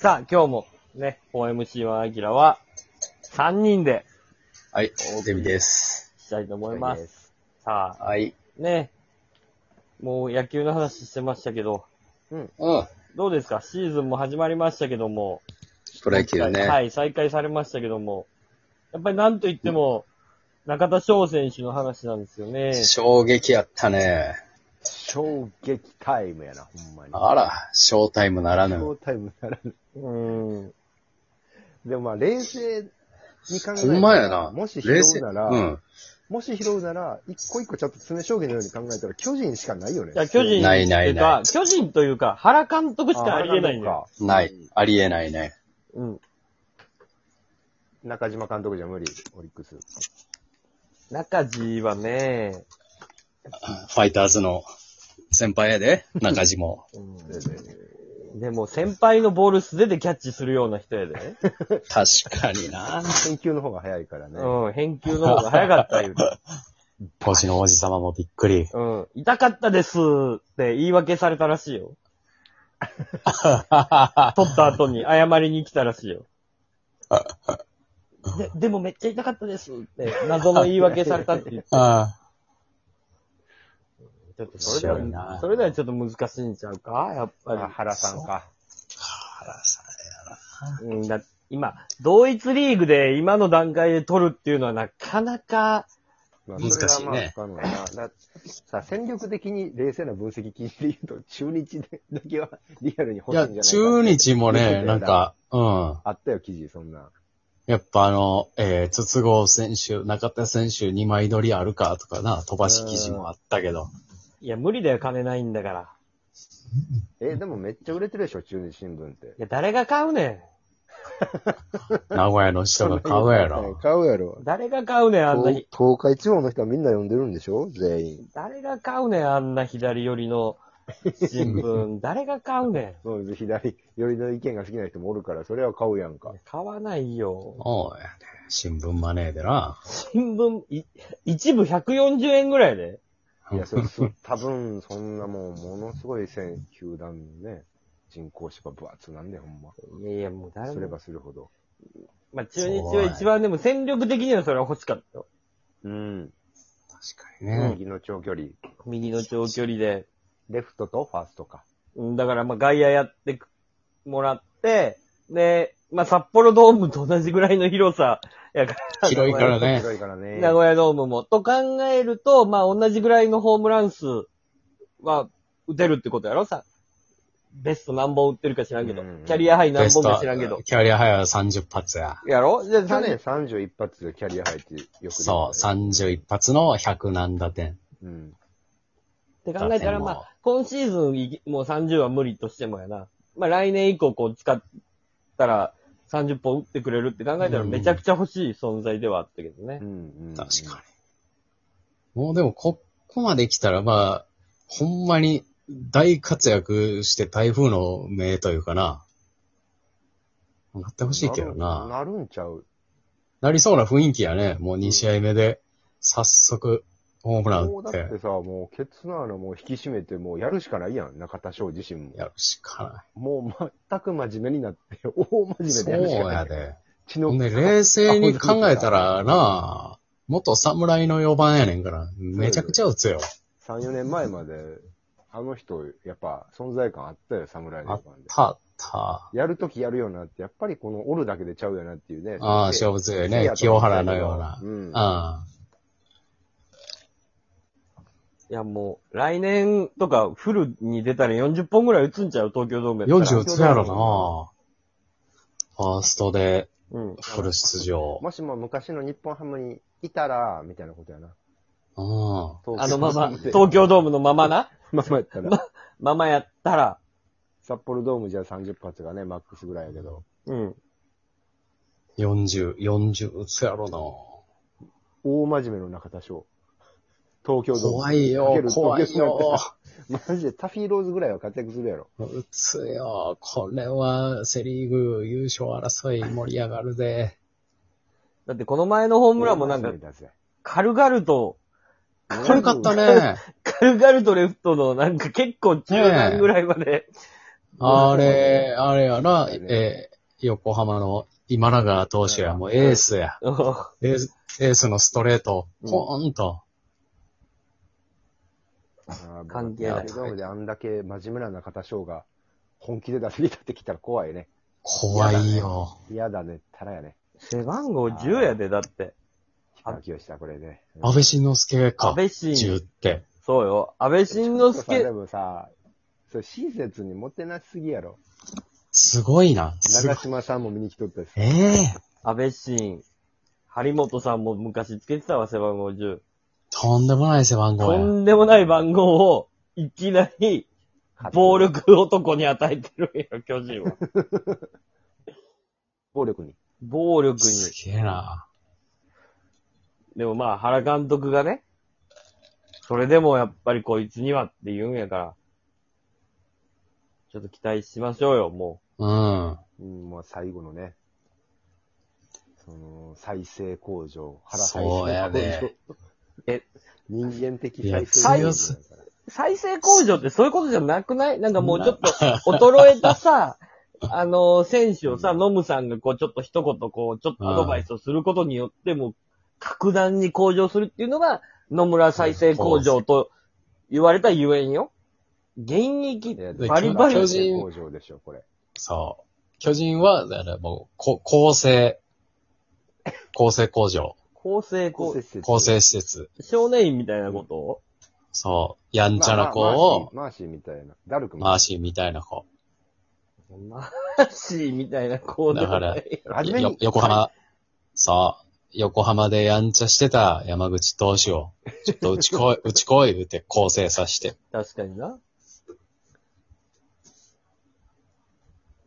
さあ、今日もね、OMC はアキラは3人ではい、デビです。したいと思いまはす。いさあ、はい。ね、もう野球の話してましたけど、うん。どうですかシーズンも始まりましたけども。プロ野球ね。はい、再開されましたけども。やっぱりなんと言っても、中田翔選手の話なんですよね。衝撃やったね。衝撃タイムやな、ほんまに。あら、ショータイムならシぬ。ョータイムならぬ。うーん。でもまあ、冷静に考えたほらんまやな。もし冷拾静うなら、うん。もし拾うなら、一個一個ちょっと詰め将棋のように考えたら、巨人しかないよね。じゃあ巨人ないないなっていうか巨人というか、原監督しあかありえないんだよ。か。ない。ありえないね。うん。中島監督じゃ無理、オリックス。中地はね、ファイターズの先輩やで、中 島。うんででも先輩のボール素手でキャッチするような人やで。確かにな。返球の方が早いからね。うん、返球の方が早かった言う て。星の王子様もびっくり。うん、痛かったですって言い訳されたらしいよ。取った後に謝りに来たらしい よ。ででもめっちゃ痛かったですって謎の言い訳されたって言って。あちょっとそれで面白 いなは、それではちょっと難しいんちゃうかやっぱりあ。原さんか。うん、だ今、同一リーグで今の段階で取るっていうのはなかなか、まあ難しいねそれはまあわかんないなださあ、戦力的に冷静な分析聞いて言うと、中日だけはリアルにい欲しいやんじゃないか、中日もね、なんか、うん。あったよ、記事、そんな。やっぱあの、えー、筒香選手、中田選手2枚乗りあるかとかな、飛ばし記事もあったけど。いや、無理だよ、金ないんだから。え、でもめっちゃ売れてるでしょ、中日新聞ってい。や、誰が買うね名古屋の人が買うやろ。 買うやろん。。誰が買うねん、あんな東ひ、東海地方の人はみんな読んでるんでしょ全員。誰が買うねん、あんな左寄りの新 聞。誰が買うねそう、左寄りの意見が好きな人もおるから、それは買うやんかん。。買わないよ。おうやね。新聞マネーでな。新聞、い一部140円ぐらいで。いや、それ、す多分、そんなもう、ものすごい選球団のね、人工芝分厚なんで、ほんま。いやいや、もう誰すれも。ばするほど。まあ、中日は一番でも戦力的にはそれは欲しかったよ。うん。確かにね。右の長距離。右の長距離で。レフトとファーストか。うんだから、まあ、外野やってくもらって、で、まあ、札幌ドームと同じぐらいの広さやから、広いからね。広いからね。名古屋ドームも。と考えると、まあ、同じぐらいのホームラン数は打てるってことやろさ。ベスト何本打ってるか知らんけどうんうんう。んキャリアハイベ何ス本トか知らんけど。キャリアハイは30発や。やろじゃあ、去年31発でキャリア入ってよく出てたそう、31発の100何打点。うん。って考えたら、まあ、今シーズンいきもう30は無理としてもやな。まあ、来年以降こう使ったら30本打ってくれるって考えたらめちゃくちゃ欲しい存在ではあったけどねう。ん、うん。確かに。もうでも、ここまで来たら、まあ、ほんまに大活躍して台風の目というかな。なってほしいけどな。なるんちゃう。なりそうな雰囲気やね。もう2試合目で、早速、ホームランもう打だっ、っててさ、もうケツの穴もう引き締めて、もうやるしかないやん、中田翔自身も。やるしかもう全く真面目になって、大ない。真面目そでやるしかうなやい。で。血ほのんで、冷静に考えたらな、元侍の4番やねんから、めちゃくちゃ打つよ。 3、4年前まで、あの人、やっぱ存在感あったよ、侍ジャパンで。たった。やるときやるよなって、やっぱりこのおるだけでちゃうよなっていうね。ああ、勝そう負強でいね。清原のような。うん。あいや、もう、来年とかフルに出たら40本ぐらい打つんちゃう東京ドームあ、やったら。 40打つやろな。ファーストでうん。フル出場。もしも昔の日本ハムにいたら、みたいなことやな。うん。あ のまま、東東京ドームのままな。 ままやったら、ままやったら。札幌ドームじゃ30発がね、マックスぐらいやけど、うん。 40、40打つやろ大真面目の中田翔。東京な。ドーム。怖いかけよ、る怖いよ。マジでタフィーローズぐらいは活躍するやろ。打つよ。これはセリーグ優勝争い盛り上がるで。だってこの前のホームランもなんか大、真面目だぜ軽々と、軽かったね。軽々とレフトのなんか結構中段ぐらいまであれ、あれやな、えー横浜の今永投手や、もうエースや。エースエースのストレート、うんポーンと。あー関係ないバスケドームであんだけ真面目な中田翔が本気で打席立ってきたら怖いね。怖いよ。嫌だね、ったらやね。 背番号10やで、だって。北清したこれね。うん安倍晋之助か安。倍晋、 10って。そうよ。安倍晋之ちょっとさで助、もさ、そう親切にもてなしすぎやろ。すごいな。すご長い。島さんも見に来とったし。ええ安倍晋、張本さんも昔つけてたわ、背番号10。とんでもない背番号とや。んでもない番号を、いきなり、暴。力男に与えてるんや、巨 人は。暴力に。暴力に。すげえな。でもまあ、原監督がね、それでもやっぱりこいつにはって言うんやから、ちょっと期待しましょうよ、もうん。うん、まあ最後のね。その、再生工場、そうや で。え人間的いや再生強すだからう。再生工場ってそういうことじゃなくないなんかもうちょっと、衰えた さ、あのー選手をさ、ノムさんがこう、ちょっと一言こう、ちょっとアドバイスをすることによって、もう、格段に向上するっていうのが、野村再生工場と言われたゆえんよ。現役いやバリバリ巨再人生工場でしょ、これ。そう。巨人は、だからもう、こ構成、構成工場、構成工構成施設構成施設。少年院みたいなことをそう。やんちゃな子まあを、まあマーシーマーシーみたいな。ダルクマーシシーみたいな子。マジみたいな行動だからー。はじめよに。横浜、そう。横浜でやんちゃしてた山口投手を、ちょっと打ちこ い、打ちこい言うて構成させて。確かにな。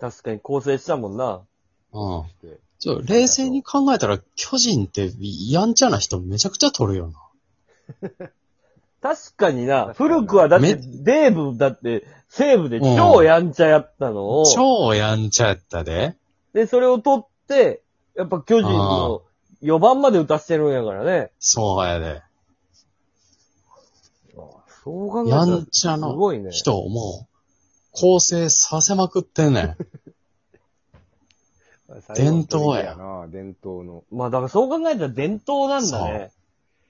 確かに構成したもんな。うん。してちょ、冷静に考えたら、巨人ってやんちゃな人めちゃくちゃ取るよ確かにな。確かにな古くはだって、めデーブだって、西武で超やんちゃやったのをな。、超やんちゃやったで。で、それを取って、やっぱ巨人の4番まで打たしてるんやからね。そうやで。そう考えたやら、んちゃすなごいね。人をもう、構成させまくってんね ん。伝統やな。伝統の。まあだからそう考えたら伝統なんだね。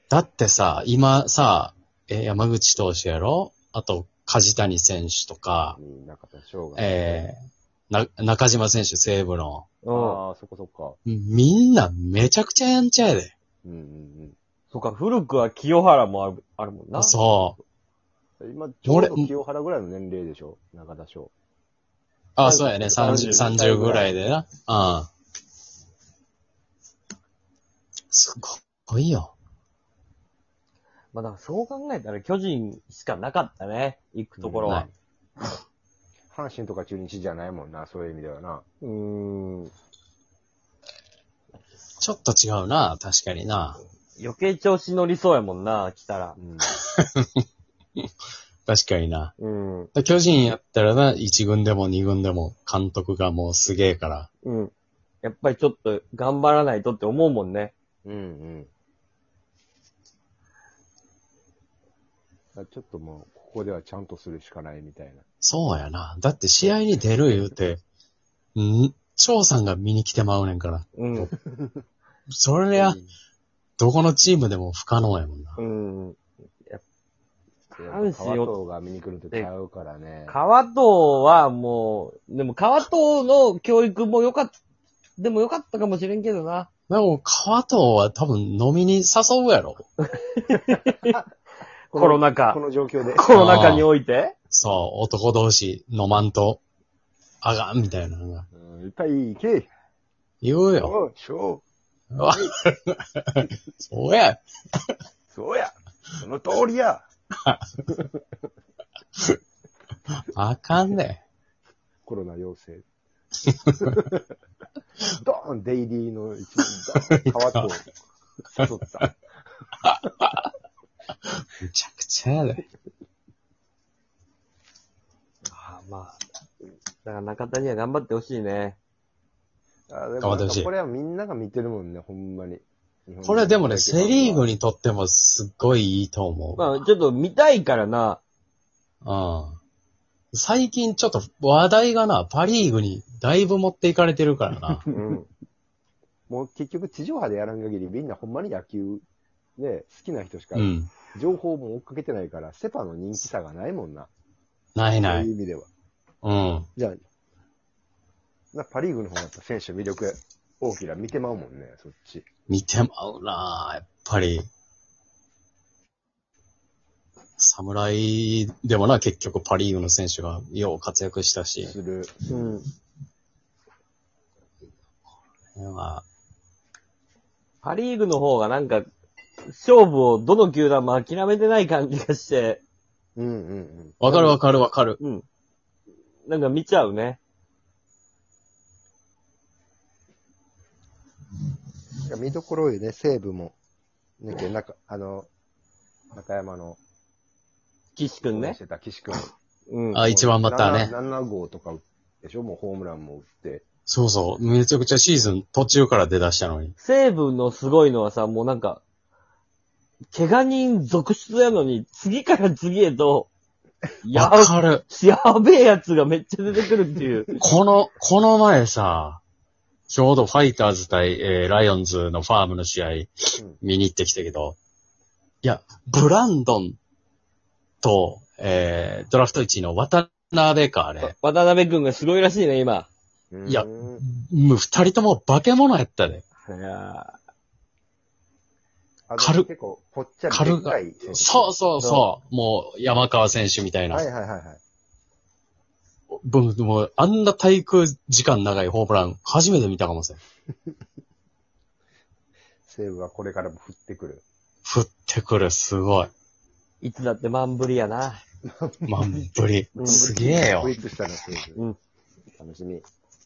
だってさ、今さ、え、山口投手やろあと、梶谷選手とか、中田翔が。えー、な、中島選手、西武の。うん。ああ、そこそこみんなめちゃくちゃやんちゃやで。か。うんうんそうか、古くは清原もあるあるもんな。そう。うん。今、ちょうど清原ぐらいの年齢でしょ中田翔。あ、そうやね。30、 30 30ぐらいでな。うん。すごいよ。まあだからそう考えたら巨人しかなかったね。行くところなは。い阪神とか中日じゃないもんな、そういう意味ではな。うーん。ちょっと違うな。確かにな。余計調子乗りそうやもんな、来たらう。ん。確かにな。うん。だ巨人やったらな、1軍でも2軍でも監督がもうすげえから。うん。やっぱりちょっと頑張らないとって思うもんね。うんうん。あちょっともう、ここではちゃんとするしかないみたいな。そうやな。だって試合に出る言うて、ん張さんが見に来てまうねんから。うん。それや、どこのチームでも不可能やもんな。うん。うん。阪川神を、藤が見に来るとちゃうからね。川藤はもう、でも川藤の教育も良かった、でも良かったかもしれんけどな。でも、川藤は多分飲みに誘うやろ。コこのロナ禍こ。の状況で。コロナ禍においてそう、男同士飲まんと、あがんみたいなのが。うん、いっぱい行け言うよ。おうしょわそうや。うそうやその通りやあかんね。コロナ陽 性。ドーンデイリーの一番、川と誘った。めちゃくちゃやで。ああまあ。だから中田には頑張ってほしいね。あ頑で張っもなてんほしいかこれはみんなが見てるもんね、ほんまに。これでもね、日本セの。リーグにとってもすっごいいいと思う。まあ、ちょっと見たいからな。うん。最近ちょっと話題がな、パリーグにだいぶ持っていかれてるからなうん。もう結局地上波でやらん限りみんなほんまに野球で好きな人しかうん。情報も追っかけてないから、セパの人気さがないもんな。ないなそういい。う意味では。うん。じゃあ、なパリーグの方がやっぱ選手魅力大きな見てまうもんね、そっち。見てまうなやっぱり。侍でもな、結局パリーグの選手がよう活躍したし。する。うん。まあパリーグの方がなんか、勝負をどの球団も諦めてない感じがして、うんうんうん。わかるわかるわかる。うん。なんか見ちゃうね。いや見どころよね、西武も。ね、け中、あの、中山の、岸くんねし。てた岸君。うん。あ、一番バッターね。 7号とか打ってでしょもうホームランも打って。そうそう。めちゃくちゃシーズン途中から出だしたのに。西武のすごいのはさ、もうなんか、怪我人続出やのに、次から次へ と、やわ、かる。やべえやつがめっちゃ出てくるって いう。この、この前さ、ちょうどファイターズ対、えーライオンズのファームの試合ん、見に行ってきたけど、いや、ブランドンと、えードラフト1位の渡辺か、あれ。渡辺くんがすごいらしいね、今。うんいやもう二人とも化け物やったで。いやあの軽っ結構、ぽっちゃり軽でっかい選手。そうそうそう。もう、山川選手みたいなは。いはいはいはい。僕、もう、あんな滞空時間長いホームラン、初めて見たかもしれん。西武はこれからも振ってくる。降ってくる、すごい。いつだって万ぶりやな。満振りう。んすげえよ孤。立したの、西武。うん楽しみ。